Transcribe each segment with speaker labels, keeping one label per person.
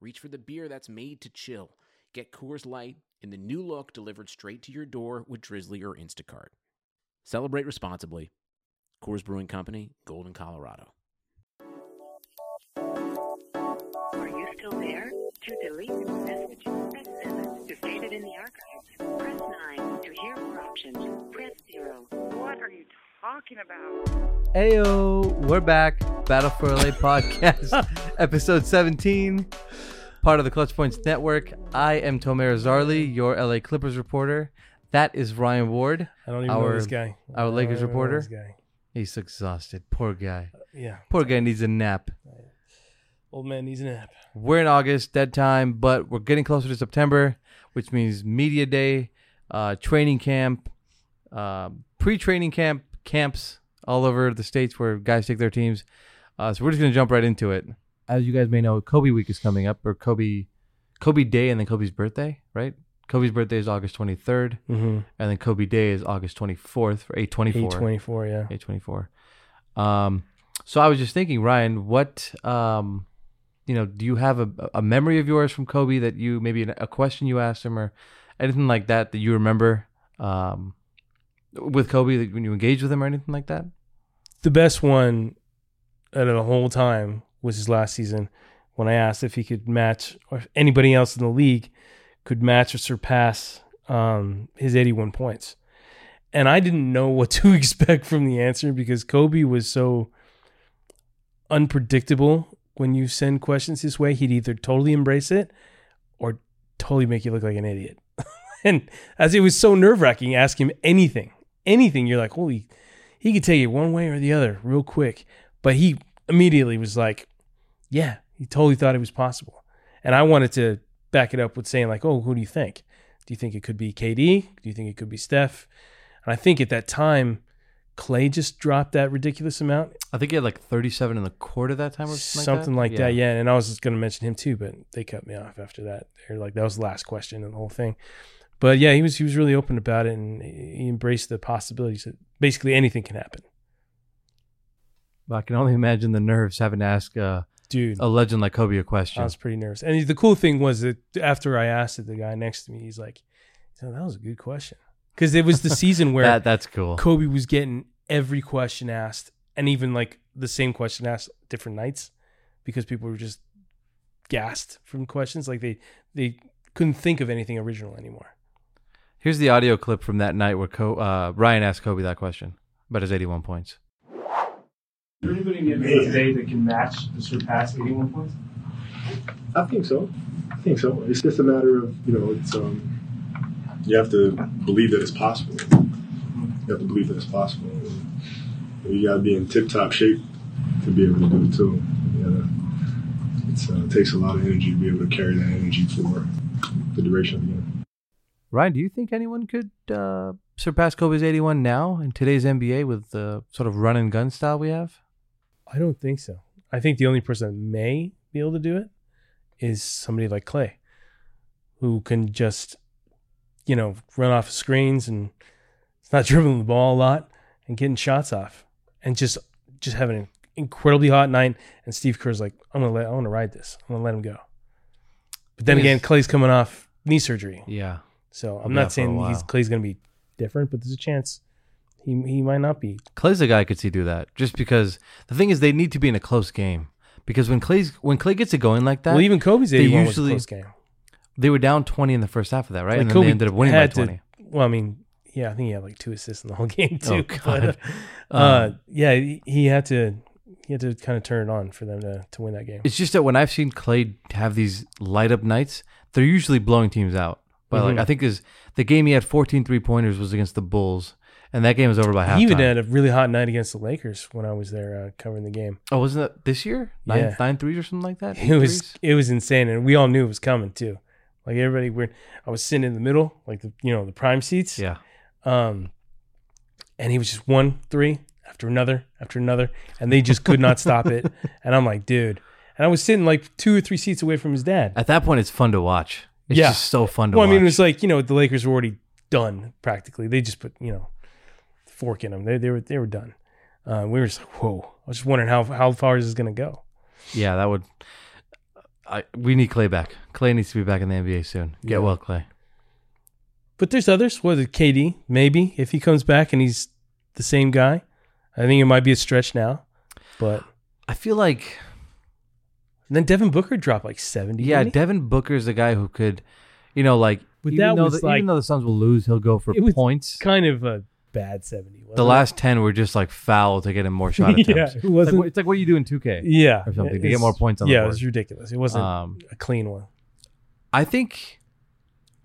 Speaker 1: reach for the beer that's made to chill. Get Coors Light in the new look delivered straight to your door with Drizzly or Instacart. Celebrate responsibly. Coors Brewing Company, Golden, Colorado.
Speaker 2: Are you still there? To delete this message, press 7. To save it in the archives, press 9. To hear more options, press 0.
Speaker 3: What are you talking about?
Speaker 4: Ayo, we're back. Battle for LA podcast, episode 17, part of the Clutch Points Network. I am Tomer Zarli, your LA Clippers reporter. That is Ryan Ward.
Speaker 5: I don't even
Speaker 4: Our-
Speaker 5: know this guy.
Speaker 4: our
Speaker 5: I don't
Speaker 4: Lakers
Speaker 5: even know
Speaker 4: reporter.
Speaker 5: this guy.
Speaker 4: He's exhausted. Poor guy.
Speaker 5: Yeah.
Speaker 4: Poor guy needs a nap.
Speaker 5: Old man needs a nap.
Speaker 4: We're in August, dead time, but we're getting closer to September, which means media day, uh, training camp, uh, pre-training camp camps all over the states where guys take their teams. Uh, so we're just gonna jump right into it. As you guys may know, Kobe Week is coming up, or Kobe, Kobe Day, and then Kobe's birthday, right? Kobe's birthday is August 23rd,
Speaker 5: Mm-hmm.
Speaker 4: and then Kobe Day is August 24th or 824.
Speaker 5: 824, yeah.
Speaker 4: 824. Um, so I was just thinking, Ryan, what, um, you know, do you have a, a memory of yours from Kobe that you maybe a question you asked him or anything like that that you remember um, with Kobe that when you engaged with him or anything like that?
Speaker 5: The best one out of the whole time was his last season when I asked if he could match or if anybody else in the league could match or surpass um, his 81 points. And I didn't know what to expect from the answer because Kobe was so unpredictable. When you send questions his way, he'd either totally embrace it or totally make you look like an idiot. and as it was so nerve wracking, ask him anything, anything. You're like, holy, he could take it one way or the other real quick. But he immediately was like, yeah, he totally thought it was possible. And I wanted to back it up with saying, like, oh, who do you think? Do you think it could be KD? Do you think it could be Steph? And I think at that time, Clay just dropped that ridiculous amount
Speaker 4: I think he had like 37 in the quarter that time or
Speaker 5: something like that. Yeah. and I was just going to mention him too, but they cut me off after that. They're like, that was the last question and the whole thing. But yeah, he was he was really open about it, and he embraced the possibilities that basically anything can happen,
Speaker 4: Well, I can only imagine the nerves having to ask uh,
Speaker 5: dude.
Speaker 4: a legend like Kobe a question.
Speaker 5: I was pretty nervous, and the cool thing was that after I asked it, the guy next to me, he's like, "Oh, "That was a good question," because it was the season where
Speaker 4: that, that's cool.
Speaker 5: Kobe was getting every question asked, and even like the same question asked different nights, because people were just gassed from questions. Like they they couldn't think of anything original anymore.
Speaker 4: Here's the audio clip from that night where Co- uh, Ryan asked Kobe that question about his 81 points.
Speaker 6: Is there anybody in the NBA today that can match or surpass 81 points?
Speaker 7: I think so. I think so. It's just a matter of you know, it's um, you have to believe that it's possible. You have to believe that it's possible. And you got to be in tip-top shape to be able to do it too. Yeah, it's, uh, it takes a lot of energy to be able to carry that energy for the duration of the game.
Speaker 4: Ryan, do you think anyone could uh, surpass Kobe's 81 now in today's NBA with the sort of run and gun style we have?
Speaker 5: I don't think so. I think the only person that may be able to do it is somebody like Clay, who can just, you know, run off of screens and it's not dribbling the ball a lot and getting shots off and just just having an incredibly hot night. And Steve Kerr's like, I'm gonna let I want to ride this. I'm gonna let him go. But then
Speaker 4: Yes.
Speaker 5: again, Clay's coming off knee surgery,
Speaker 4: Yeah.
Speaker 5: so
Speaker 4: He'll
Speaker 5: I'm
Speaker 4: be out for
Speaker 5: not
Speaker 4: a
Speaker 5: saying he's
Speaker 4: while.
Speaker 5: Clay's gonna be different, but there's a chance he he might not be.
Speaker 4: Clay's a guy I could see do that just because the thing is they need to be in a close game because when Clay's when Clay gets it going like that,
Speaker 5: well, even Kobe's
Speaker 4: they
Speaker 5: 81 was a
Speaker 4: usually-
Speaker 5: close game.
Speaker 4: they were down 20 in the first half of that, right?
Speaker 5: Like,
Speaker 4: and then
Speaker 5: Kobe
Speaker 4: they ended up winning by
Speaker 5: had to-
Speaker 4: 20.
Speaker 5: well, I mean, yeah, I think he had like two assists in the whole game too.
Speaker 4: Oh, Um, God.
Speaker 5: But, uh, yeah, he, he had to he had to kind of turn it on for them to, to win that game.
Speaker 4: It's just that when I've seen Clay have these light up nights, they're usually blowing teams out. But like
Speaker 5: Mhm.
Speaker 4: I think is the game he had 14 three pointers was against the Bulls, and that game was over by halftime.
Speaker 5: He even had a really hot night against the Lakers when I was there uh, covering the game.
Speaker 4: oh, wasn't that this year? Nine,
Speaker 5: Yeah.
Speaker 4: nine threes or something like that.
Speaker 5: It was
Speaker 4: Threes?
Speaker 5: it was insane, and we all knew it was coming too. Like everybody, we're I was sitting in the middle, like the you know the prime seats.
Speaker 4: yeah.
Speaker 5: Um, and he was just one three after another after another, and they just could not stop it. And I'm like, dude. And I was sitting like two or three seats away from his dad.
Speaker 4: At that point, it's fun to watch. It's
Speaker 5: Yeah.
Speaker 4: just so fun to
Speaker 5: well,
Speaker 4: watch.
Speaker 5: I mean, it was like you know the Lakers were already done practically. They just put you know fork in them. They they were they were done. Uh, we were just like, whoa. I was just wondering how how far is this gonna go?
Speaker 4: yeah, that would. I, we need Clay back. Clay needs to be back in the NBA soon. Get
Speaker 5: Yeah.
Speaker 4: well, Clay.
Speaker 5: But there's others. Was it KD? Maybe if he comes back and he's the same guy, I think it might be a stretch now. But
Speaker 4: I feel like
Speaker 5: and then Devin Booker dropped like seventy.
Speaker 4: yeah,
Speaker 5: didn't he?
Speaker 4: Devin Booker's the guy who could, you know, like
Speaker 5: But
Speaker 4: even
Speaker 5: that
Speaker 4: though
Speaker 5: was
Speaker 4: the,
Speaker 5: like-
Speaker 4: even though the Suns will lose, he'll go for
Speaker 5: It was
Speaker 4: points.
Speaker 5: kind of a bad seventy. wasn't
Speaker 4: the
Speaker 5: it?
Speaker 4: last ten were just like foul to get him more shot
Speaker 5: Yeah,
Speaker 4: attempts.
Speaker 5: it
Speaker 4: It's like
Speaker 5: wasn't-
Speaker 4: what- it's like what you do in two K.
Speaker 5: yeah
Speaker 4: or something. They
Speaker 5: It's-
Speaker 4: get more points on the
Speaker 5: Yeah, it
Speaker 4: board.
Speaker 5: was ridiculous. It wasn't
Speaker 4: Um,
Speaker 5: a clean one.
Speaker 4: I think,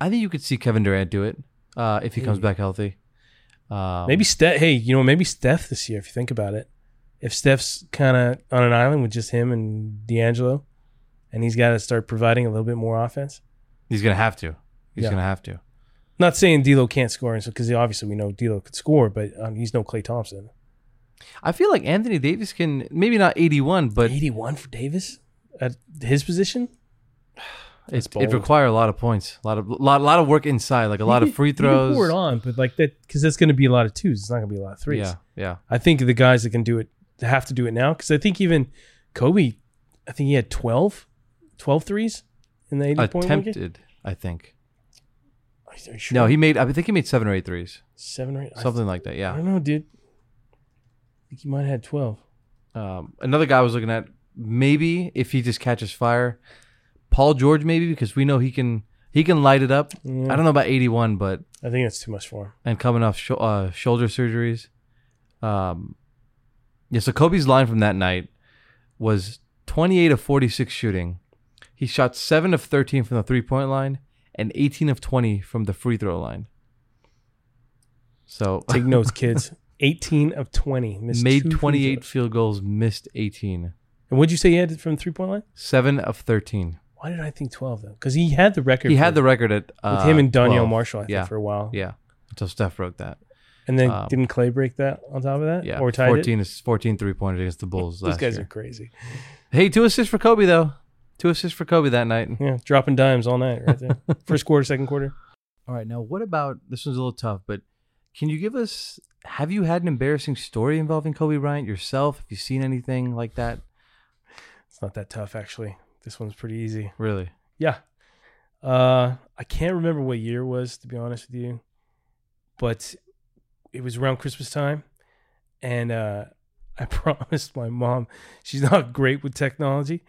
Speaker 4: I think you could see Kevin Durant do it uh, if he comes back healthy. Um,
Speaker 5: Maybe Steph. Hey, you know, maybe Steph this year. If you think about it, if Steph's kind of on an island with just him and D'Angelo, and he's got to start providing a little bit more offense.
Speaker 4: he's gonna have to. He's
Speaker 5: Yeah.
Speaker 4: gonna have to.
Speaker 5: Not saying D'Lo can't score, and so because obviously we know D'Lo could score, but um, he's no Clay Thompson.
Speaker 4: I feel like Anthony Davis can maybe not eighty one, but it,
Speaker 5: Eighty-one for Davis at his position. That's
Speaker 4: it
Speaker 5: bold.
Speaker 4: require a lot of points, a lot of lot, lot of work inside, like a lot
Speaker 5: He
Speaker 4: of
Speaker 5: could-
Speaker 4: free
Speaker 5: he could pour
Speaker 4: throws.
Speaker 5: it on, but like that because that's going to be a lot of twos. It's not going to be a lot of threes.
Speaker 4: Yeah, yeah.
Speaker 5: I think the guys that can do it have to do it now because I think even Kobe, I think he had 12, 12 threes in the eighty-point point game.
Speaker 4: Attempted, I think.
Speaker 5: Are you sure?
Speaker 4: No, he made. I think he made seven or eight threes,
Speaker 5: seven or eight.
Speaker 4: something like that.
Speaker 5: I, I
Speaker 4: Yeah.
Speaker 5: don't know, dude. I think he might have had twelve.
Speaker 4: Um, another guy I was looking at maybe if he just catches fire, Paul George maybe because we know he can he can light it up.
Speaker 5: Yeah.
Speaker 4: I don't know about eighty one, but
Speaker 5: I think that's too much for him.
Speaker 4: and coming off sho uh, shoulder surgeries. Um, yeah. So Kobe's line from that night was twenty eight of forty six shooting. He shot seven of thirteen from the three point line and eighteen of twenty from the free throw line. So
Speaker 5: Take notes, kids. Eighteen of twenty missed two
Speaker 4: made
Speaker 5: free
Speaker 4: 28
Speaker 5: throws.
Speaker 4: field goals, missed 18,
Speaker 5: And what'd you say he had from the three-point line?
Speaker 4: 7 of 13.
Speaker 5: Why did I think twelve though? Because he had the record.
Speaker 4: He
Speaker 5: for-
Speaker 4: had the record at uh,
Speaker 5: with him and Danielle
Speaker 4: 12.
Speaker 5: Marshall. I think
Speaker 4: yeah,
Speaker 5: for a while.
Speaker 4: yeah, until Steph broke that.
Speaker 5: And then
Speaker 4: Um,
Speaker 5: didn't Clay break that on top of that?
Speaker 4: Yeah,
Speaker 5: Or tied
Speaker 4: 14
Speaker 5: it?
Speaker 4: is 14 three pointers against the Bulls
Speaker 5: These
Speaker 4: last
Speaker 5: guys
Speaker 4: year.
Speaker 5: are crazy.
Speaker 4: Hey, two assists for Kobe though. Two assists for Kobe that night.
Speaker 5: Yeah, dropping dimes all night right there. First quarter, second quarter.
Speaker 4: All right, now what about this one's a little tough, but can you give us? Have you had an embarrassing story involving Kobe Bryant yourself? Have you seen anything like that?
Speaker 5: It's not that tough actually. This one's pretty easy.
Speaker 4: Really?
Speaker 5: Yeah. Uh, I can't remember what year it was, to be honest with you, but it was around Christmas time. And uh, I promised my mom, she's not great with technology.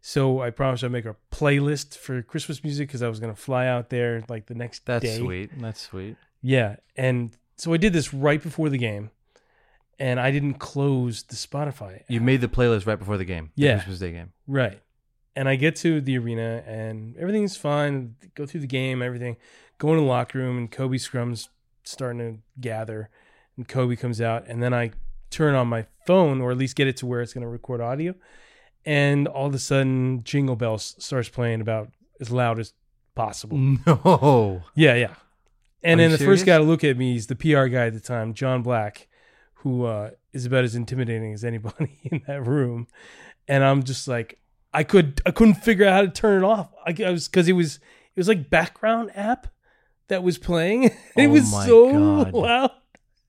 Speaker 5: So I promised I'd make her a playlist for Christmas music because I was going to fly out there like the next
Speaker 4: That's
Speaker 5: day.
Speaker 4: sweet. That's sweet.
Speaker 5: Yeah. And so I did this right before the game. And I didn't close the Spotify.
Speaker 4: You made the playlist right before the game. the
Speaker 5: Yeah.
Speaker 4: Christmas Day game.
Speaker 5: Right. And I get to the arena and everything's fine. Go through the game, everything. Go in the locker room and Kobe scrums starting to gather and Kobe comes out and then I turn on my phone or at least get it to where it's going to record audio and all of a sudden Jingle Bells starts playing about as loud as possible.
Speaker 4: No.
Speaker 5: Yeah, yeah. And
Speaker 4: Are you
Speaker 5: then the
Speaker 4: serious?
Speaker 5: first guy to look at me is the PR guy at the time, John Black, who uh, is about as intimidating as anybody in that room. And I'm just like, I could, I couldn't figure out how to turn it off. I, I was because it was, it was like background app that was playing. it
Speaker 4: Oh
Speaker 5: was
Speaker 4: my
Speaker 5: so
Speaker 4: God.
Speaker 5: loud.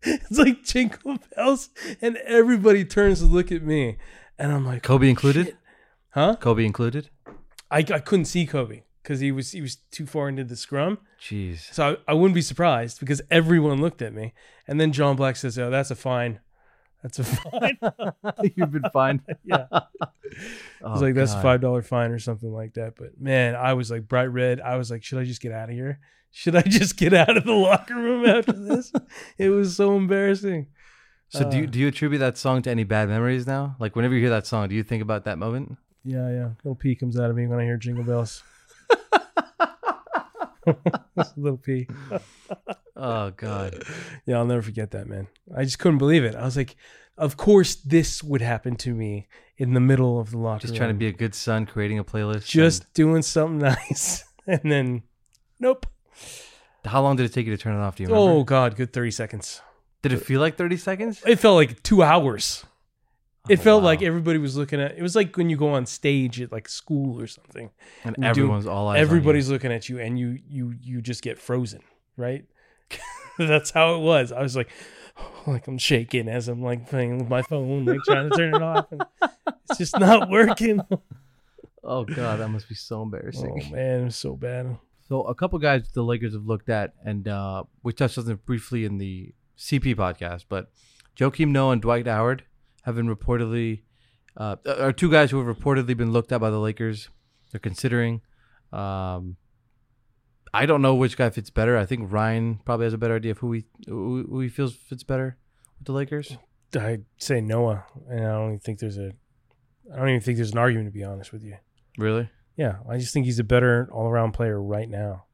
Speaker 5: It's like jingle bells, and everybody turns to look at me, and I'm like,
Speaker 4: Kobe included?
Speaker 5: "Shit." huh?
Speaker 4: Kobe included.
Speaker 5: I, I couldn't see Kobe because he was he was too far into the scrum.
Speaker 4: Jeez.
Speaker 5: So I, I wouldn't be surprised because everyone looked at me. And then John Black says, Oh, that's a fine. That's a fine.
Speaker 4: You've been fine.
Speaker 5: yeah.
Speaker 4: Oh,
Speaker 5: I was like, That's a five dollar fine or something like that. But man, I was like bright red. I was like, Should I just get out of here? Should I just get out of the locker room after this? it was so embarrassing.
Speaker 4: So do you,
Speaker 5: uh,
Speaker 4: do you attribute that song to any bad memories now? Like whenever you hear that song, do you think about that moment?
Speaker 5: Yeah, yeah. Little P comes out of me when I hear jingle bells. little P.
Speaker 4: Oh God.
Speaker 5: Yeah, I'll never forget that, man. I just couldn't believe it. I was like, of course this would happen to me in the middle of the locker
Speaker 4: Just trying to
Speaker 5: room.
Speaker 4: be a good son, creating a playlist.
Speaker 5: just doing something nice. And then nope.
Speaker 4: and- how long did it take you to turn it off? Do you remember?
Speaker 5: Oh uh, god, good 30 seconds.
Speaker 4: Did it feel like thirty seconds?
Speaker 5: It felt like 2 hours. It
Speaker 4: Oh,
Speaker 5: felt
Speaker 4: wow.
Speaker 5: like everybody was looking at it was like when you go on stage at like school or something.
Speaker 4: and
Speaker 5: you do-
Speaker 4: everyone's all eyes on you.
Speaker 5: everybody's looking at you and you you you just get frozen right that's how it was i was like like i'm shaking as i'm like playing with my phone like trying to turn it off and it's just not working
Speaker 4: Oh God, that must be so embarrassing.
Speaker 5: oh man it was so bad
Speaker 4: So a couple guys the Lakers have looked at, and uh, we touched on it briefly in the CP podcast, but Joakim Noah and Dwight Howard have been reportedly uh, are two guys who have reportedly been looked at by the Lakers. They're considering. Um, I don't know which guy fits better. I think Ryan probably has a better idea of who he who who he feels fits better with the Lakers.
Speaker 5: i say noah and i don't even think there's a i don't even think there's an argument to be honest with you
Speaker 4: Really?
Speaker 5: yeah i just think he's a better all-around player right now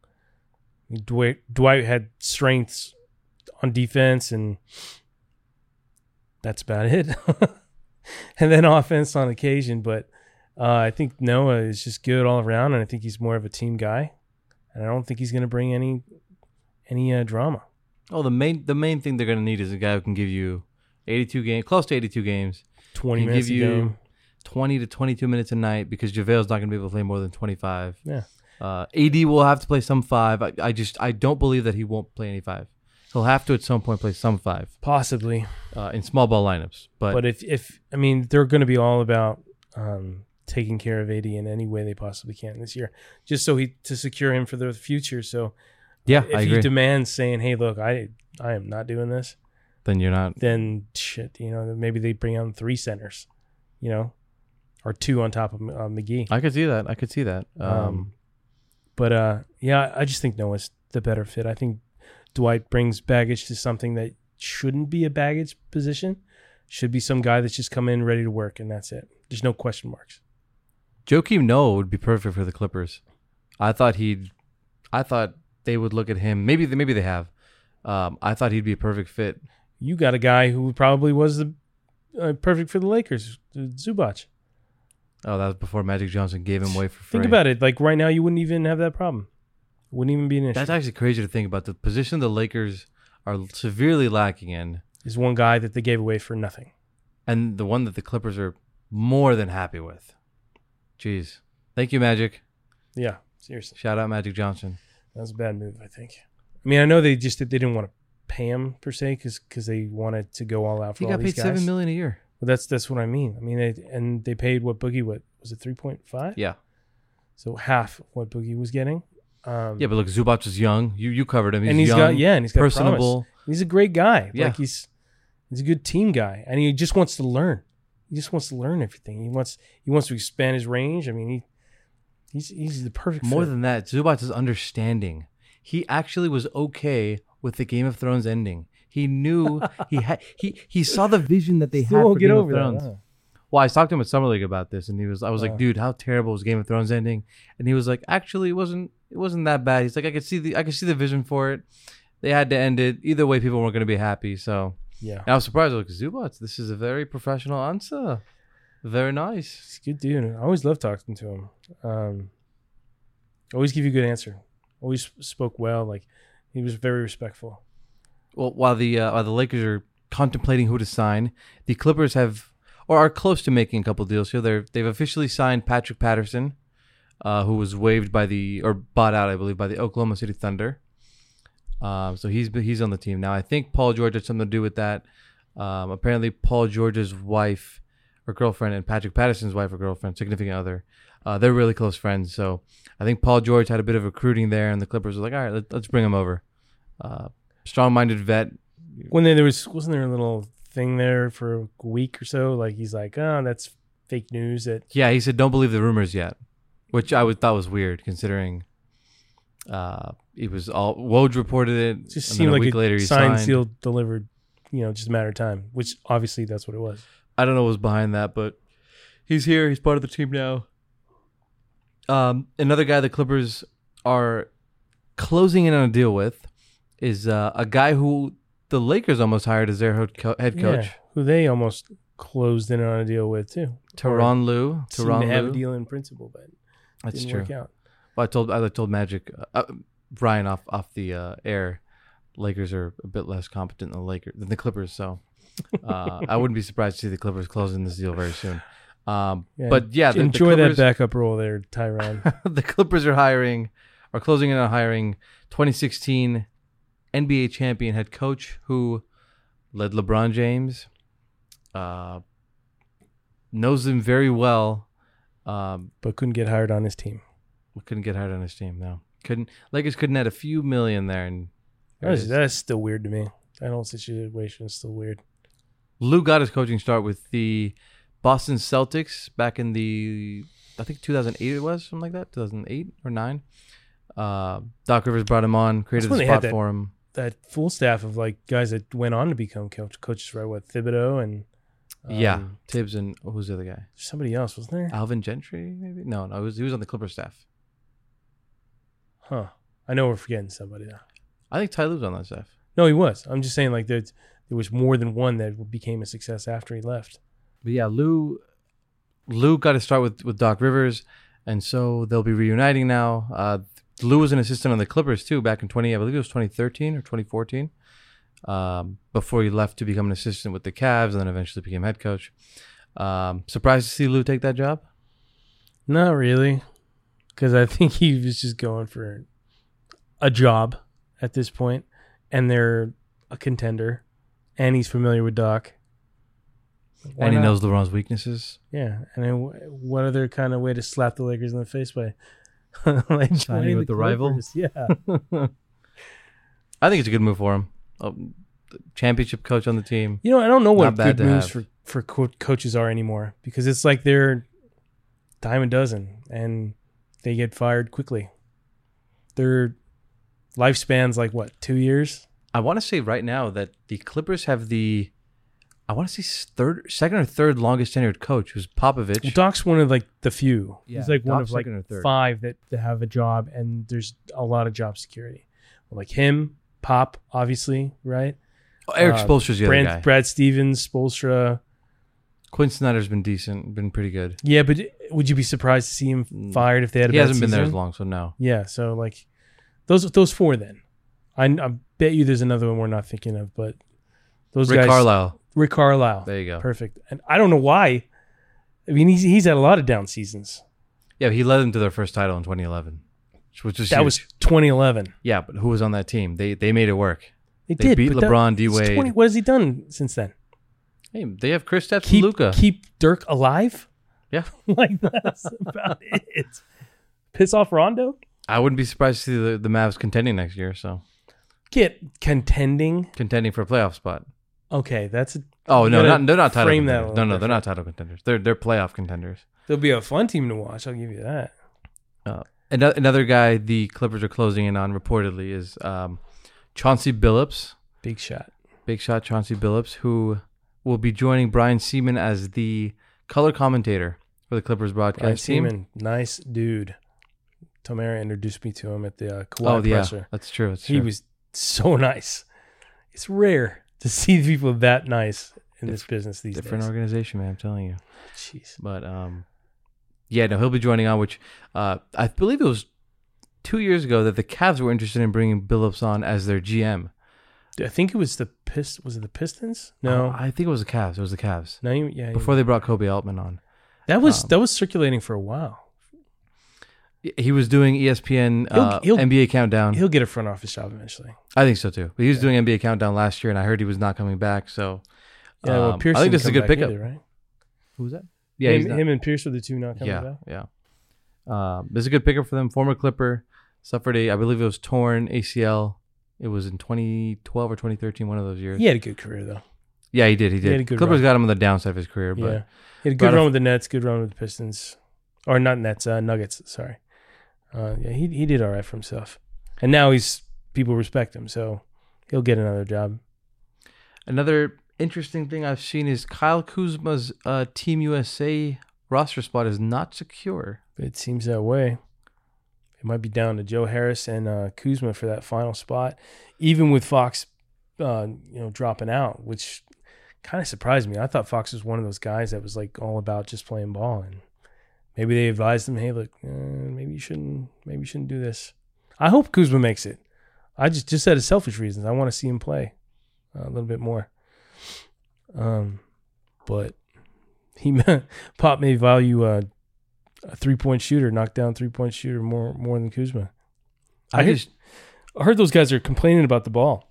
Speaker 5: dwight dwight had strengths on defense and that's about it. and then offense on occasion, but uh, I think Noah is just good all around, and I think he's more of a team guy, and I don't think he's going to bring any any uh, drama.
Speaker 4: Oh, the main the main thing they're gonna need is a guy who can give you eighty two games, close to eighty two games.
Speaker 5: Twenty
Speaker 4: Can
Speaker 5: minutes
Speaker 4: give
Speaker 5: a
Speaker 4: you-
Speaker 5: game.
Speaker 4: 20 to 22 minutes a night because JaVale's not going to be able to play more than 25.
Speaker 5: Yeah.
Speaker 4: Uh, AD will have to play some five. I, I just I don't believe that he won't play any five. He'll have to at some point play some five
Speaker 5: possibly.
Speaker 4: uh, in small ball lineups. But,
Speaker 5: But if if I mean, they're going to be all about um, taking care of AD in any way they possibly can this year, just so he to secure him for the future. So
Speaker 4: yeah,
Speaker 5: if
Speaker 4: I
Speaker 5: he
Speaker 4: agree.
Speaker 5: demands saying, "Hey, look, I I am not doing this,"
Speaker 4: then you're not.
Speaker 5: then shit, you know, then maybe they bring on three centers, you know, or two on top of uh, McGee.
Speaker 4: I could see that. I could see that. Um,
Speaker 5: Um, but uh, yeah, I just think Noah's the better fit. I think Dwight brings baggage to something that shouldn't be a baggage position. Should be some guy that's just come in ready to work, and that's it. There's no question marks.
Speaker 4: Joakim Noah would be perfect for the Clippers. I thought he'd, I thought they would look at him. Maybe they, maybe they have. Um, I thought he'd be a perfect fit.
Speaker 5: You got a guy who probably was the uh, perfect for the Lakers, Zubac.
Speaker 4: Oh, that was before Magic Johnson gave him away for free.
Speaker 5: Think about it. Like right now, you wouldn't even have that problem. Wouldn't even be an issue.
Speaker 4: That's actually crazy to think about. The position the Lakers are severely lacking in,
Speaker 5: Is one guy that they gave away for nothing.
Speaker 4: and the one that the Clippers are more than happy with. Jeez. Thank you, Magic.
Speaker 5: Yeah, seriously.
Speaker 4: Shout out Magic Johnson.
Speaker 5: That was a bad move, I think. I mean, I know they just they didn't want to pay him per se because they wanted to go all out
Speaker 4: He
Speaker 5: for all
Speaker 4: got
Speaker 5: these
Speaker 4: paid
Speaker 5: guys.
Speaker 4: seven million a year.
Speaker 5: But that's that's what I mean. I mean, they, and they paid what Boogie what was it three point five?
Speaker 4: Yeah.
Speaker 5: So half what Boogie was getting. Um,
Speaker 4: Yeah, but look, Zubac is young. You you covered him. He's
Speaker 5: and he's
Speaker 4: young,
Speaker 5: got yeah, and he's got personable.
Speaker 4: personable.
Speaker 5: He's a great guy.
Speaker 4: Yeah.
Speaker 5: Like he's he's a good team guy, and he just wants to learn. He just wants to learn everything. He wants he wants to expand his range. I mean, he he's he's the perfect
Speaker 4: More
Speaker 5: fit.
Speaker 4: than that, Zubac is understanding. He actually was okay with the Game of Thrones ending. He knew he had he he saw the vision that they
Speaker 5: Still
Speaker 4: had for
Speaker 5: won't get
Speaker 4: Game
Speaker 5: over
Speaker 4: of
Speaker 5: that,
Speaker 4: Thrones.
Speaker 5: huh?
Speaker 4: Well, I was talking to him at Summer League about this, and he was, I was
Speaker 5: Uh.
Speaker 4: like, dude, how terrible was Game of Thrones ending? And he was like, actually, it wasn't, it wasn't that bad. He's like, I could see the, I could see the vision for it. They had to end it. Either way, people weren't going to be happy. So
Speaker 5: Yeah,
Speaker 4: and I was surprised. I was like, Zubats, this is a very professional answer. Very nice.
Speaker 5: He's a good dude. I always love talking to him. Um, always give you a good answer. Always spoke well. Like he was very respectful.
Speaker 4: Well, while the uh, while the Lakers are contemplating who to sign, the Clippers have or are close to making a couple deals here. They're they've officially signed Patrick Patterson, uh, who was waived by the or bought out, I believe, by the Oklahoma City Thunder. Um, so he's he's on the team now. I think Paul George had something to do with that. Um, apparently, Paul George's wife or girlfriend and Patrick Patterson's wife or girlfriend, significant other, uh, they're really close friends. So I think Paul George had a bit of recruiting there, and the Clippers were like, all right, let, let's bring him over. Uh, strong-minded vet.
Speaker 5: When there, there was wasn't there a little thing there for a week or so? Like he's like, oh, that's fake news. That
Speaker 4: Yeah, he said, "Don't believe the rumors yet," which I would thought was weird considering uh, it was all Woj reported it.
Speaker 5: it
Speaker 4: and
Speaker 5: just
Speaker 4: then
Speaker 5: seemed
Speaker 4: a
Speaker 5: like
Speaker 4: week
Speaker 5: a
Speaker 4: later he
Speaker 5: signed,
Speaker 4: signed.
Speaker 5: sealed, delivered. You know, just a matter of time. Which obviously that's what it was.
Speaker 4: I don't know what was behind that, but he's here. He's part of the team now. Um, another guy the Clippers are closing in on a deal with is uh, a guy who the Lakers almost hired as their head, co- head coach,
Speaker 5: Yeah, who they almost closed in on a deal with too.
Speaker 4: Teron Lou.
Speaker 5: Seemed to have a
Speaker 4: Teron Lou.
Speaker 5: deal in principle, but
Speaker 4: That's
Speaker 5: didn't
Speaker 4: true.
Speaker 5: work out.
Speaker 4: Well, I told I told Magic uh, uh, Brian off off the uh, air. Lakers are a bit less competent than the Lakers than the Clippers, so uh, I wouldn't be surprised to see the Clippers closing this deal very soon. Um,
Speaker 5: Yeah,
Speaker 4: but yeah, the, the
Speaker 5: Enjoy
Speaker 4: Clippers,
Speaker 5: that backup role there, Tyron.
Speaker 4: the Clippers are hiring, are closing in on hiring 2016 NBA champion head coach who led LeBron James, uh, knows him very well. Um,
Speaker 5: but couldn't get hired on his team.
Speaker 4: couldn't get hired on his team. No, couldn't. Lakers couldn't add a few million there, and there it
Speaker 5: That's,
Speaker 4: is.
Speaker 5: that's still weird to me. That whole situation is still weird.
Speaker 4: Lou got his coaching start with the Boston Celtics back in the I think 2008 it was something like that, 2008 or nine. Uh, Doc Rivers brought him on, created
Speaker 5: That's when
Speaker 4: the
Speaker 5: they had
Speaker 4: spot
Speaker 5: that-
Speaker 4: for him.
Speaker 5: That full staff of like guys that went on to become coach, coaches, right? What Thibodeau and
Speaker 4: yeah,
Speaker 5: um,
Speaker 4: Tibbs and oh, who's the other guy?
Speaker 5: somebody else wasn't there?
Speaker 4: Alvin Gentry, maybe? No, no, he was, he was on the Clipper staff.
Speaker 5: Huh? I know we're forgetting somebody now.
Speaker 4: I think Ty Lue's on that staff.
Speaker 5: No, he was. I'm just saying, like there, there was more than one that became a success after he left.
Speaker 4: But yeah, Lou, Lou got to start with with Doc Rivers, and so they'll be reuniting now. Uh, Lou was an assistant on the Clippers too back in twenty, I believe it was twenty thirteen or twenty fourteen, um, before he left to become an assistant with the Cavs, and then eventually became head coach. Um, surprised to see Lou take that job.
Speaker 5: Not really, because I think he was just going for a job at this point, and they're a contender, and he's familiar with Doc, Why
Speaker 4: and he
Speaker 5: not?
Speaker 4: knows LeBron's weaknesses.
Speaker 5: Yeah, and then wh- what other kind of way to slap the Lakers in the face by like joining
Speaker 4: with the rival?
Speaker 5: Clippers. Yeah,
Speaker 4: I think it's a good move for him. Um, championship coach on the team.
Speaker 5: you know I don't know what
Speaker 4: Not bad
Speaker 5: good
Speaker 4: to
Speaker 5: moves
Speaker 4: have.
Speaker 5: for for co- coaches are anymore because it's like they're dime a dozen and they get fired quickly. Their lifespans like what two years?
Speaker 4: I want to say right now that the Clippers have the, I want to say third, second or third longest tenured coach, who's Popovich.
Speaker 5: Well, Doc's one of like the few.
Speaker 4: Yeah,
Speaker 5: He's like one
Speaker 4: Doc's
Speaker 5: of like
Speaker 4: second or third.
Speaker 5: five that, that have a job, and there's a lot of job security. Like him, Pop, obviously, right?
Speaker 4: Oh, Eric
Speaker 5: Uh,
Speaker 4: Spoelstra's the
Speaker 5: Brad,
Speaker 4: other guy.
Speaker 5: Brad Stevens, Spolstra.
Speaker 4: Quinn Snyder's been decent, been pretty good.
Speaker 5: Yeah, but would you be surprised to see him fired if they had? A
Speaker 4: Mm. He
Speaker 5: bad
Speaker 4: hasn't been there
Speaker 5: season?
Speaker 4: as long, so no.
Speaker 5: Yeah, so like those those four. Then I, I bet you there's another one we're not thinking of, but those
Speaker 4: Rick
Speaker 5: guys.
Speaker 4: Carlisle.
Speaker 5: Rick Carlisle.
Speaker 4: There you go.
Speaker 5: Perfect. And I don't know why. I mean, he's he's had a lot of down seasons.
Speaker 4: Yeah, he led them to their first title in 2011, which was just
Speaker 5: That
Speaker 4: huge.
Speaker 5: was 2011.
Speaker 4: yeah. But who was on that team? They they made it work.
Speaker 5: They,
Speaker 4: They
Speaker 5: did
Speaker 4: beat
Speaker 5: but that-
Speaker 4: LeBron, D.
Speaker 5: it's
Speaker 4: Wade.
Speaker 5: 20 What has he done since then?
Speaker 4: Hey, they have Chris Stapps and
Speaker 5: Keep
Speaker 4: Luca.
Speaker 5: keep Dirk alive.
Speaker 4: Yeah,
Speaker 5: Like that's about it. Piss off Rondo.
Speaker 4: I wouldn't be surprised to see the, the Mavs contending next year. So
Speaker 5: Get contending.
Speaker 4: contending for a playoff spot.
Speaker 5: Okay, that's a,
Speaker 4: Oh
Speaker 5: you
Speaker 4: no,
Speaker 5: gotta
Speaker 4: not, they're not title
Speaker 5: frame that a
Speaker 4: contenders. No,
Speaker 5: little
Speaker 4: no, they're not title contenders. They're they're playoff contenders.
Speaker 5: They'll be a fun team to watch. I'll give you that.
Speaker 4: Uh, ano- another guy the Clippers are closing in on reportedly is um, Chauncey Billups.
Speaker 5: Big shot.
Speaker 4: Big shot Chauncey Billups, who will be joining Brian Seaman as the color commentator for the Clippers broadcast
Speaker 5: Brian
Speaker 4: team.
Speaker 5: Seaman, nice dude. Tamara introduced me to him at the uh, Kawhi
Speaker 4: Oh, yeah,
Speaker 5: presser.
Speaker 4: that's true. That's
Speaker 5: He
Speaker 4: true.
Speaker 5: was so nice. It's rare to see people that nice in this business these
Speaker 4: different
Speaker 5: days.
Speaker 4: organization, man. I'm telling you.
Speaker 5: Jeez.
Speaker 4: But um, yeah, no, he'll be joining on. Which uh, I believe it was two years ago that the Cavs were interested in bringing Billups on as their GM.
Speaker 5: I think it was the Pist. Was it the Pistons? No.
Speaker 4: Uh, I, I think it was the Cavs. It was the Cavs
Speaker 5: no. You, yeah. you-
Speaker 4: before they brought Kobe Altman on.
Speaker 5: that was
Speaker 4: um,
Speaker 5: that was circulating for a while.
Speaker 4: He was doing ESPN uh,
Speaker 5: He'll- he'll-
Speaker 4: NBA Countdown.
Speaker 5: He'll get a front office job eventually.
Speaker 4: I think so too. But he was doing NBA Countdown last year, and I heard he was not coming back. So
Speaker 5: Yeah. well,
Speaker 4: um,
Speaker 5: Pierce
Speaker 4: I think this is a
Speaker 5: didn't
Speaker 4: good
Speaker 5: come
Speaker 4: pickup.
Speaker 5: back either, right?
Speaker 4: Who's that? Yeah, he's
Speaker 5: him,
Speaker 4: not-
Speaker 5: him and Pierce are the two not coming
Speaker 4: yeah,
Speaker 5: back.
Speaker 4: yeah. Um, this is a good pickup for them. Former Clipper suffered a, I believe it was torn ACL. It was in 2012 or 2013, one of those years.
Speaker 5: He had a good career though.
Speaker 4: yeah, he did. He did.
Speaker 5: had a good
Speaker 4: Clippers
Speaker 5: run.
Speaker 4: got him on the downside of his career, but
Speaker 5: yeah, he had a
Speaker 4: but
Speaker 5: good
Speaker 4: if-
Speaker 5: run with the Nets, good run with the Pistons, or not Nets, uh, Nuggets. Sorry, uh, yeah, he he did all right for himself, and now he's people respect him, so he'll get another job.
Speaker 4: another interesting thing I've seen is Kyle Kuzma's uh, Team USA roster spot is not secure.
Speaker 5: It seems that way. It might be down to Joe Harris and uh, Kuzma for that final spot, even with Fox, uh, you know, dropping out, which kind of surprised me. I thought Fox was one of those guys that was like all about just playing ball, and maybe they advised him, "Hey, look, uh, maybe you shouldn't, maybe you shouldn't do this." I hope Kuzma makes it. I just just out of selfish reasons, I want to see him play uh, a little bit more. Um, but he Pop may value uh, a three point shooter, knockdown three point shooter more more than Kuzma. I,
Speaker 4: I
Speaker 5: heard-
Speaker 4: just
Speaker 5: I heard those guys are complaining about the ball.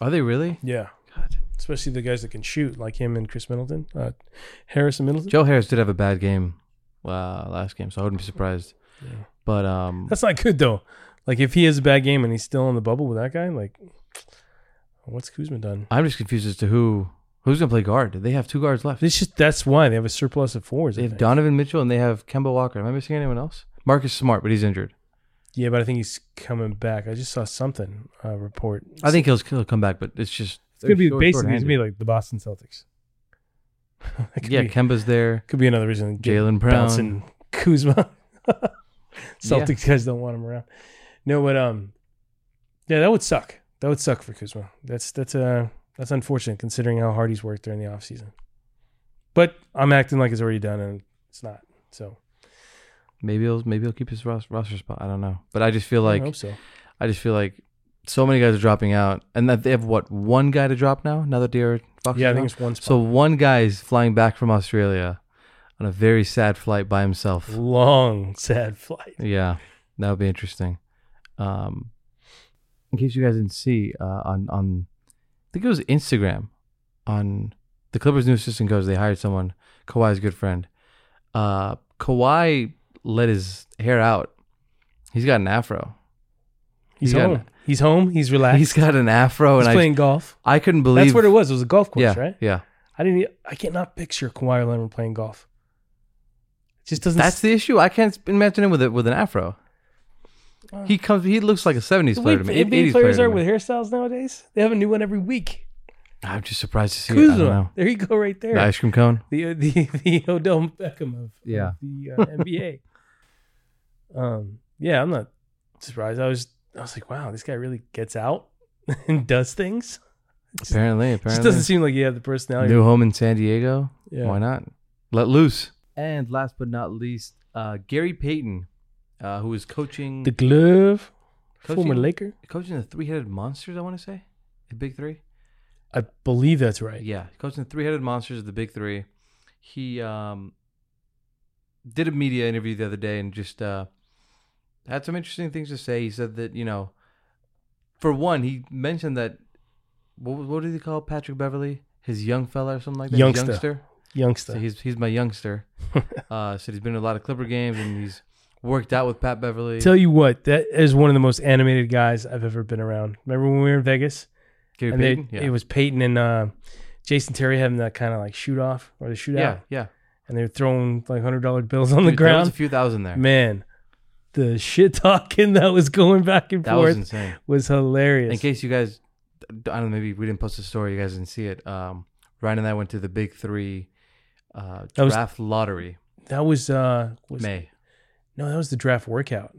Speaker 4: are they really?
Speaker 5: Yeah,
Speaker 4: God.
Speaker 5: especially the guys that can shoot, like him and Chris Middleton, uh, Harris and Middleton.
Speaker 4: Joe Harris did have a bad game uh, last game, so I wouldn't be surprised. But um,
Speaker 5: That's not good though. Like if he has a bad game and he's still on the bubble with that guy, like what's Kuzma done?
Speaker 4: I'm just confused as to who who's gonna play guard. They have two guards left.
Speaker 5: It's just that's why they have a surplus of fours. I
Speaker 4: They have
Speaker 5: think.
Speaker 4: Donovan Mitchell and they have Kemba Walker. Am I missing anyone else? Marcus Smart, but he's injured.
Speaker 5: Yeah, but I think he's coming back. I just saw something uh, report.
Speaker 4: I think he'll, he'll come back, but it's just
Speaker 5: it's gonna be
Speaker 4: short-
Speaker 5: basically it's
Speaker 4: shorthanded.
Speaker 5: gonna be like the Boston Celtics. That could
Speaker 4: yeah,
Speaker 5: be,
Speaker 4: Kemba's there.
Speaker 5: could be another reason. to get
Speaker 4: Jalen Brown.
Speaker 5: bouncing Kuzma. Celtics guys don't want him around. No, but um, yeah, that would suck. That would suck for Kuzma. That's that's uh that's unfortunate considering how hard he's worked during the offseason. But I'm acting like it's already done and it's not. So
Speaker 4: Maybe he'll maybe he'll keep his ros- roster spot. I don't know, but I just feel
Speaker 5: I hope
Speaker 4: like
Speaker 5: so.
Speaker 4: I just feel like so many guys are dropping out, and that they have what one guy to drop now. Now that De'Aaron Fox,
Speaker 5: Yeah, I
Speaker 4: is
Speaker 5: think
Speaker 4: out?
Speaker 5: it's one spot.
Speaker 4: so. One guy is flying back from Australia on a very sad flight by himself.
Speaker 5: long sad flight.
Speaker 4: Yeah, that would be interesting. Um, in case you guys didn't see uh, on on, I think it was Instagram, on the Clippers' new assistant coach, they hired someone Kawhi's good friend. Uh, Kawhi let his hair out. He's got an afro.
Speaker 5: He's,
Speaker 4: He's got-
Speaker 5: home. he's home. He's relaxed.
Speaker 4: He's got an afro,
Speaker 5: he's
Speaker 4: and
Speaker 5: playing
Speaker 4: I
Speaker 5: golf.
Speaker 4: I couldn't believe
Speaker 5: That's what it was. It was a golf course,
Speaker 4: yeah,
Speaker 5: right?
Speaker 4: yeah.
Speaker 5: I didn't. e- I cannot picture Kawhi Leonard playing golf. It just doesn't.
Speaker 4: That's the issue. I can't imagine him with it with an afro. He comes. He looks like a seventies
Speaker 5: the
Speaker 4: player
Speaker 5: way
Speaker 4: to me.
Speaker 5: NBA
Speaker 4: 80s
Speaker 5: players
Speaker 4: player
Speaker 5: are
Speaker 4: to me.
Speaker 5: with hairstyles nowadays. They have a new one every week.
Speaker 4: I'm just surprised to see it. I don't know.
Speaker 5: Kuzma, there you go, right there.
Speaker 4: The ice cream cone.
Speaker 5: The, the the Odell Beckham of
Speaker 4: Yeah.
Speaker 5: of the uh, NBA. Um, yeah, I'm not surprised. I was I was like, wow, this guy really gets out and does things.
Speaker 4: Apparently,
Speaker 5: Just
Speaker 4: apparently.
Speaker 5: doesn't seem like he had the personality.
Speaker 4: New home in San Diego.
Speaker 5: Yeah.
Speaker 4: Why not? Let loose. And last but not least, uh, Gary Payton, uh, who is coaching
Speaker 5: The glove,
Speaker 4: Coaching-
Speaker 5: former Laker.
Speaker 4: coaching the three headed monsters. I want to say the big three.
Speaker 5: I believe that's right.
Speaker 4: Yeah, coaching the three headed monsters of the big three. He um, did a media interview the other day and just uh, had some interesting things to say. He said that you know, for one, he mentioned that what was- what did he call Patrick Beverly? His young fella or something like that. His
Speaker 5: Youngster.
Speaker 4: youngster.
Speaker 5: Youngster.
Speaker 4: So he's he's my youngster. uh, said he's been to a lot of Clipper games and he's worked out with Pat Beverly.
Speaker 5: Tell you what, that is one of the most animated guys I've ever been around. Remember when we were in Vegas?
Speaker 4: Gary
Speaker 5: and they-
Speaker 4: Payton? yeah.
Speaker 5: it was Peyton and uh, Jason Terry having that kind of like shoot off or the shootout,
Speaker 4: yeah, yeah.
Speaker 5: and they were throwing like hundred dollar bills on the
Speaker 4: Dude, there was
Speaker 5: ground.
Speaker 4: a few thousand there.
Speaker 5: Man, the shit talking that was going back and
Speaker 4: that was
Speaker 5: forth was,
Speaker 4: insane.
Speaker 5: hilarious.
Speaker 4: In case you guys, I don't know, maybe we didn't post the story. You guys didn't see it. Um, Ryan and I went to the Big Three uh,
Speaker 5: That was-
Speaker 4: draft lottery
Speaker 5: that was uh, was,
Speaker 4: May.
Speaker 5: no, that was the draft workout,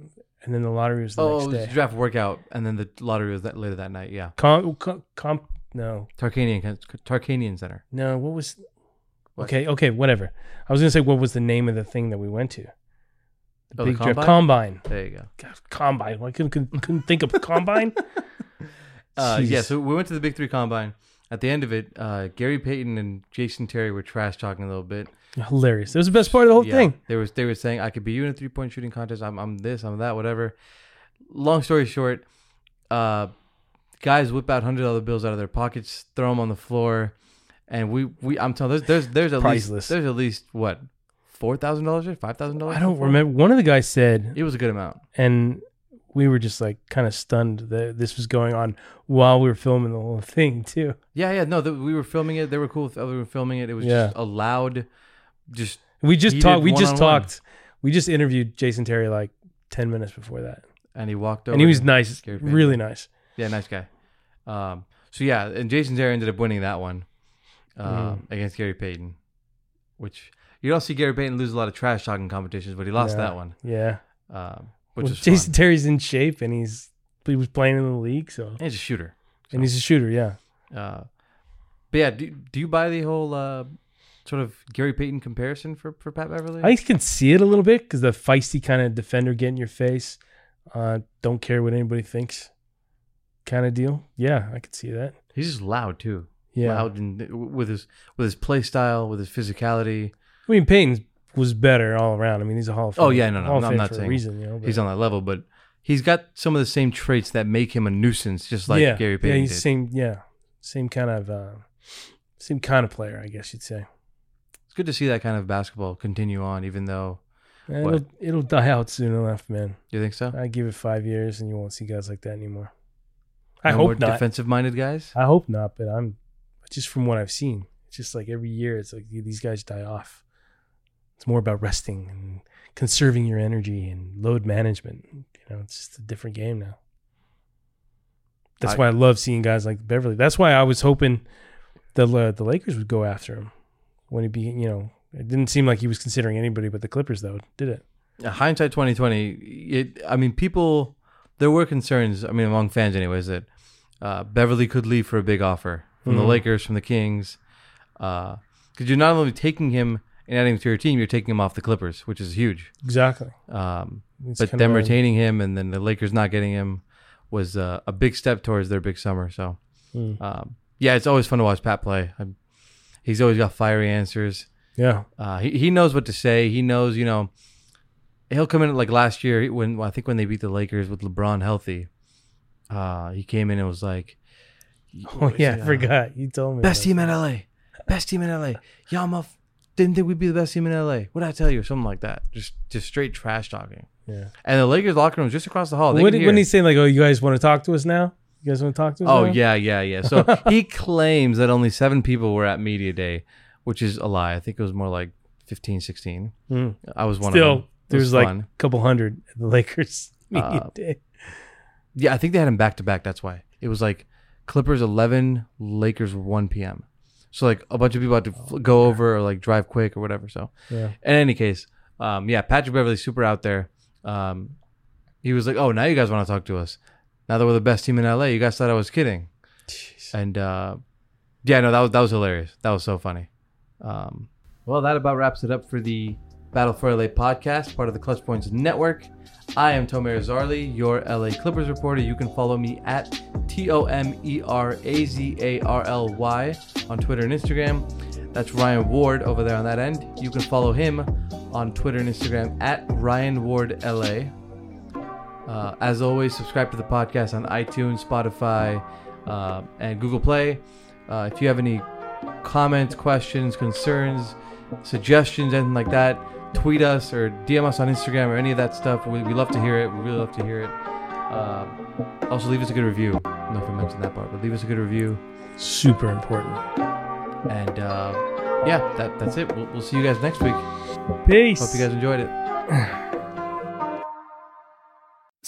Speaker 5: and then the lottery was the
Speaker 4: Oh, it
Speaker 5: next
Speaker 4: was
Speaker 5: day.
Speaker 4: the draft workout, and then the lottery was that later that night. Yeah,
Speaker 5: Com, com, comp, no,
Speaker 4: Tarkanian Tarkanian Center.
Speaker 5: no, what was?
Speaker 4: What?
Speaker 5: Okay, okay, whatever. I was gonna say what was the name of the thing that we went to?
Speaker 4: Oh, the
Speaker 5: Big draft-
Speaker 4: combine?
Speaker 5: combine.
Speaker 4: There you go.
Speaker 5: God, combine. Well, I couldn't, couldn't, couldn't think of combine.
Speaker 4: Uh, yeah,
Speaker 5: Jeez.
Speaker 4: so we went to the Big Three Combine. At the end of it, uh, Gary Payton and Jason Terry were trash talking a little bit.
Speaker 5: Hilarious. That was the best part of the whole
Speaker 4: yeah,
Speaker 5: thing.
Speaker 4: They were they were saying I could be you in a three point shooting contest. I'm I'm this. I'm that. Whatever. Long story short, uh, guys whip out hundred dollar bills out of their pockets, throw them on the floor, and we we I'm telling there's there's there's at
Speaker 5: Priceless.
Speaker 4: least there's at least what four thousand dollars or five thousand dollars.
Speaker 5: I don't remember. One of the guys said,
Speaker 4: It was a good amount.
Speaker 5: and we were just like kind of stunned that this was going on while we were filming the whole thing, too.
Speaker 4: Yeah, yeah. No, th we were filming it. They were cool with we were filming it. It was
Speaker 5: Yeah.
Speaker 4: just a loud, just
Speaker 5: We just
Speaker 4: Heated
Speaker 5: talked. We just
Speaker 4: one-on-one.
Speaker 5: talked. We just interviewed Jason Terry like 10 minutes before that.
Speaker 4: and he walked over
Speaker 5: And he was
Speaker 4: to
Speaker 5: nice,
Speaker 4: Gary Payton.
Speaker 5: really nice.
Speaker 4: Yeah, nice guy. Um, so yeah, and Jason Terry ended up winning that one um,
Speaker 5: Mm.
Speaker 4: against Gary Payton, which you don't see Gary Payton lose a lot of trash talking competitions, but he lost
Speaker 5: Yeah.
Speaker 4: that one.
Speaker 5: Yeah.
Speaker 4: Um, which
Speaker 5: Well,
Speaker 4: is
Speaker 5: Jason
Speaker 4: Jason.
Speaker 5: Terry's in shape and he's he was playing in the league, so
Speaker 4: He's a shooter.
Speaker 5: and he's a shooter, yeah.
Speaker 4: Uh, but yeah, do, do you buy the whole uh, sort of Gary Payton comparison for, for Pat Beverly?
Speaker 5: I can see it a little bit because the feisty kind of defender get in your face, uh, don't care what anybody thinks, kind of deal. Yeah, I could see that.
Speaker 4: He's just loud too.
Speaker 5: Yeah,
Speaker 4: Loud and with his with his play style, with his physicality.
Speaker 5: I mean Payton was better all around. I mean he's a Hall of Fame.
Speaker 4: Oh, yeah, no, no,
Speaker 5: Hall of
Speaker 4: no, I'm
Speaker 5: Fame
Speaker 4: not
Speaker 5: for a
Speaker 4: saying
Speaker 5: reason. You know, but-
Speaker 4: He's on that level, but he's got some of the same traits that make him a nuisance, just like
Speaker 5: yeah,
Speaker 4: Gary Payton
Speaker 5: Yeah, he's
Speaker 4: did.
Speaker 5: same. Yeah, same kind of uh, same kind of player, I guess you'd say.
Speaker 4: It's good to see that kind of basketball continue on, even though
Speaker 5: And
Speaker 4: What?
Speaker 5: It'll it'll die out soon enough, man.
Speaker 4: you think so.
Speaker 5: I give it five years, and you won't see guys like that anymore. I
Speaker 4: No more
Speaker 5: hope not.
Speaker 4: Defensive-minded guys.
Speaker 5: I hope not, but I'm just from what I've seen. It's just like every year, it's like these guys die off. It's more about resting and conserving your energy and load management. You know, it's just a different game now. That's
Speaker 4: I-
Speaker 5: why I love seeing guys like Beverly. That's why I was hoping the uh, the Lakers would go after him when he be. You know, it didn't seem like he was considering anybody but the Clippers, though, did it?
Speaker 4: Yeah, hindsight 2020 it i mean people there were concerns i mean among fans anyways that uh, beverly could leave for a big offer from the
Speaker 5: Mhm.
Speaker 4: lakers from the kings because you're not only taking him and adding him to your team you're taking him off the clippers which is huge
Speaker 5: Exactly.
Speaker 4: um,
Speaker 5: It's
Speaker 4: but
Speaker 5: kinda
Speaker 4: them
Speaker 5: a-
Speaker 4: retaining him and then the lakers not getting him was uh, a big step towards their big summer so
Speaker 5: Mm.
Speaker 4: um, yeah it's always fun to watch pat play i he's always got fiery answers
Speaker 5: Yeah.
Speaker 4: uh, he he knows what to say. He knows, you know, he'll come in like last year when I think when they beat the Lakers with LeBron healthy. Uh, he came in and was like,
Speaker 5: Oh yeah,
Speaker 4: Yeah.
Speaker 5: I forgot. You told me.
Speaker 4: "Best
Speaker 5: about
Speaker 4: team in LA, best team in LA." Y'all muff didn't think we'd be the best team in LA. What would I tell you? Something like that. Just just straight trash talking.
Speaker 5: that. Yeah.
Speaker 4: And the Lakers locker room is just across the hall. They
Speaker 5: What,
Speaker 4: could
Speaker 5: when
Speaker 4: hear.
Speaker 5: he's saying like, "Oh, you guys want to talk to us now? You guys want to talk to us?"
Speaker 4: Oh
Speaker 5: now?
Speaker 4: yeah, yeah, yeah. So he claims that only seven people were at media day, which is a lie. I think it was more like 15, 16.
Speaker 5: Mm.
Speaker 4: I was one of
Speaker 5: Still,
Speaker 4: them. It
Speaker 5: there's like
Speaker 4: fun.
Speaker 5: a couple hundred at the Lakers.
Speaker 4: Uh,
Speaker 5: media day.
Speaker 4: Yeah, I think they had them back to back. That's why it was like Clippers eleven, Lakers one p.m. So like a bunch of people had to fl- go over or like drive quick or whatever. So
Speaker 5: yeah.
Speaker 4: in any case, um, yeah, Patrick Beverly super out there. Um, he was like, "Oh, now you guys want to talk to us? Now that we're the best team in LA, you guys thought I was kidding." And uh, yeah, no, that was that was hilarious. That was so funny. Um, well, that about wraps it up for the Battle for LA podcast, part of the Clutch Points Network. I am Tomer Zarli, your LA Clippers reporter. You can follow me at T O M E R A Z A R L Y on Twitter and Instagram. That's Ryan Ward over there on that end. You can follow him on Twitter and Instagram at Ryan Ward LA. Uh, as always, subscribe to the podcast on iTunes, Spotify, uh, and Google Play. Uh, if you have any comments, questions, concerns, suggestions, anything like that, tweet us or DM us on Instagram or any of that stuff. We, we love to hear it. We really love to hear it. Uh, also, leave us a good review. I don't know if I mentioned that part, but leave us a good review.
Speaker 5: Super important.
Speaker 4: And uh, yeah, that, that's it. We'll, we'll see you guys next week. Hope
Speaker 5: Peace.
Speaker 4: you guys enjoyed it.